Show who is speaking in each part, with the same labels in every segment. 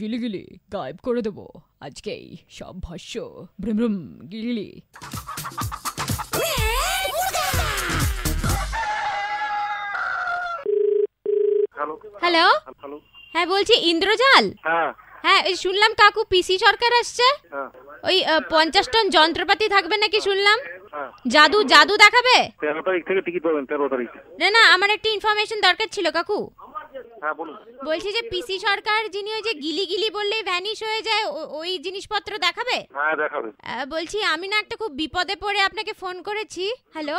Speaker 1: গিলি গিলি গায়েব করে দেবো আজকেই সব ভস্য ভ্রম ভ্রম গিলি
Speaker 2: হ্যালো
Speaker 3: হ্যালো
Speaker 2: হ্যালো
Speaker 3: হ্যাঁ বলছি ইন্দ্রজাল
Speaker 2: হ্যাঁ
Speaker 3: হ্যাঁ এই শুনলাম কাকু পিসি সরকার আসছে
Speaker 2: হ্যাঁ
Speaker 3: ওই আহ, পঞ্চাশ টন যন্ত্রপাতি থাকবে নাকি শুনলাম
Speaker 2: হ্যাঁ
Speaker 3: জাদু জাদু দেখাবে
Speaker 2: তেরো তারিখ থেকে টিকিট পাবেন তেরো তারিখ
Speaker 3: না না আমার একটা ইনফরমেশন দরকার ছিল কাকু
Speaker 2: হ্যাঁ বলুন
Speaker 3: বলছি যে পিসি সরকার যিনি ওই যে গিলি গিলি বললেই ভ্যানিশ হয়ে যায় ও- ওই জিনিসপত্র দেখাবে
Speaker 2: হ্যাঁ দেখাবে
Speaker 3: আহ, বলছি আমি না একটা খুব বিপদে পড়ে আপনাকে ফোন করেছি হ্যালো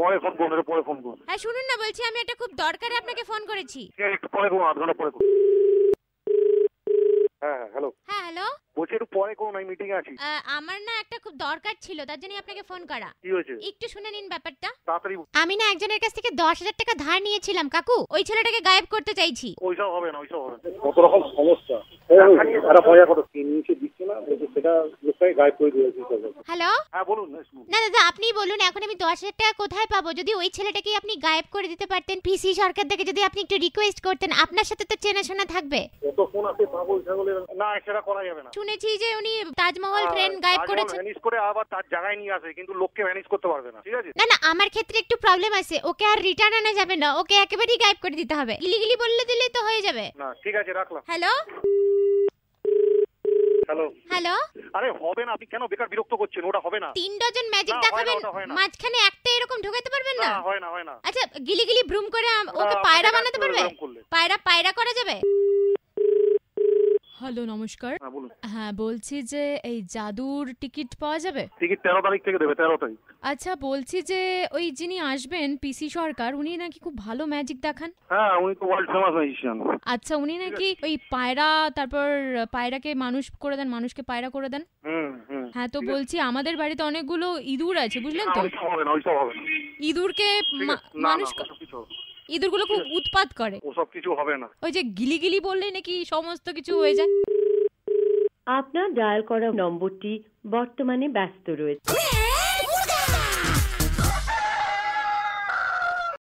Speaker 2: পরে ফোন করুন এটা পরে ফোন করুন
Speaker 3: হ্যাঁ শুনুন না বলছি আমি একটা খুব দরকারে আপনাকে ফোন করেছি
Speaker 2: ঠিক আছে, একটু পরে করুন আধ ঘন্টা পরে করুন হ্যাঁ হ্যাঁ হ্যালো
Speaker 3: হ্যাঁ হ্যালো
Speaker 2: বলছি একটু পরে করুন আমি মিটিংয়ে আছি
Speaker 3: আহ, আমার না একটা খুব দরকার ছিল তার জন্যই আপনাকে ফোন করা
Speaker 2: কি হয়েছে
Speaker 3: একটু শুনে নিন ব্যাপারটা
Speaker 2: তাড়াতাড়ি
Speaker 3: আমি না একজনের কাছ থেকে দশ হাজার টাকা ধার নিয়েছিলাম কাকু ওই ছেলেটাকে গায়েব করতে চাইছি
Speaker 2: ওইসব হবে না ওইসব হবে না হ্যাঁ,
Speaker 4: কত রকম সমস্যা তারা পয়সা কত কিনে নিচে দিচ্ছে না বলছে সেটা লোকটাকে গায়েব করে দিয়েছে সরকার।
Speaker 3: হ্যালো
Speaker 2: হ্যাঁ বলুন শুনুন।
Speaker 3: না দাদা আপনিই বলুন এখন আমি দশ হাজার টাকা কোথায় পাবো যদি ওই ছেলেটাকে আপনি গায়েব করে দিতে পারতেন পিসি সরকার থেকে যদি আপনি একটু রিকোয়েস্ট করতেন আপনার সাথে তো চেনাশোনা থাকবে
Speaker 4: কত ফোন আছে পাগল ছাগলের
Speaker 2: না সেটা করা যাবে না
Speaker 3: শুনেছি যে উনি তাজমহল
Speaker 2: হ্যাঁ,
Speaker 3: ট্রেন গায়েব করেছেন
Speaker 2: ভ্যানিশ করে আবার তার জায়গায় নিয়ে আসে কিন্তু লোককে ভ্যানিশ করতে পারবে না ঠিক আছে
Speaker 3: না না আমার ক্ষেত্রে একটু প্রবলেম আছে ওকে আর রিটার্ন আনা যাবে না ওকে একেবারেই গায়েব করে দিতে হবে ইলিগিলি বললে দিলে তো হয়ে যাবে
Speaker 2: না ঠিক আছে রাখলাম
Speaker 3: হ্যালো
Speaker 2: হ্যালো
Speaker 3: হ্যালো
Speaker 2: আরে হবে না আপনি কেন বেকার বিরক্ত করছেন ওটা হবে না
Speaker 3: তিন ডজন ম্যাজিক
Speaker 2: না, হয় না,
Speaker 3: দেখাবেন
Speaker 2: ওটা হয় না।
Speaker 3: মাঝখানে একটা এরকম ঢোকাতে পারবেন
Speaker 2: না
Speaker 3: না
Speaker 2: হয় না হয় না
Speaker 3: আচ্ছা গিলি গিলি ভ্রুম করে আম- ওকে
Speaker 2: না,
Speaker 3: পায়রা
Speaker 2: আমাকে
Speaker 3: বানাতে
Speaker 2: ডাকতে হবে
Speaker 3: পারবে
Speaker 2: এরকম করলে।
Speaker 3: পায়রা পায়রা করা যাবে
Speaker 1: হ্যালো নমস্কার
Speaker 2: হ্যাঁ বলুন
Speaker 1: হ্যাঁ বলছি যে এই জাদুর টিকিট পাওয়া যাবে
Speaker 2: টিকিট তেরো তারিখ থেকে দেবে তেরো তারিখ
Speaker 1: আচ্ছা বলছি যে ওই যিনি আসবেন পিসি সরকার উনি নাকি খুব ভালো ম্যাজিক দেখান
Speaker 2: হ্যাঁ উনি তো ওয়ার্ল্ড ফেমাস ম্যাজিশিয়ান
Speaker 1: আচ্ছা উনি নাকি ওই পায়রা তারপর পায়রাকে মানুষ করে দেন মানুষকে পায়রা করে দেন
Speaker 2: হুম হুম
Speaker 1: হ্যাঁ তো বলছি আমাদের বাড়িতে অনেকগুলো ইঁদুর আছে বুঝলেন
Speaker 2: না,
Speaker 1: তো
Speaker 2: ওইসব হবে না ওইসব হবে না।
Speaker 1: ইঁদুরকে
Speaker 2: ঠিক
Speaker 1: মা-
Speaker 2: আছে? না, না,
Speaker 1: মানুষ ক-
Speaker 2: ওসব কিছু হবে না।
Speaker 1: ইঁদুরগুলো খুব উৎপাত করে
Speaker 2: ওসব কিছু হবে না
Speaker 1: ওই যে গিলি গিলি বললেই নাকি সমস্ত কিছু হয়ে যায়
Speaker 5: আপনার ডায়াল করা নম্বরটি বর্তমানে ব্যস্ত রয়েছে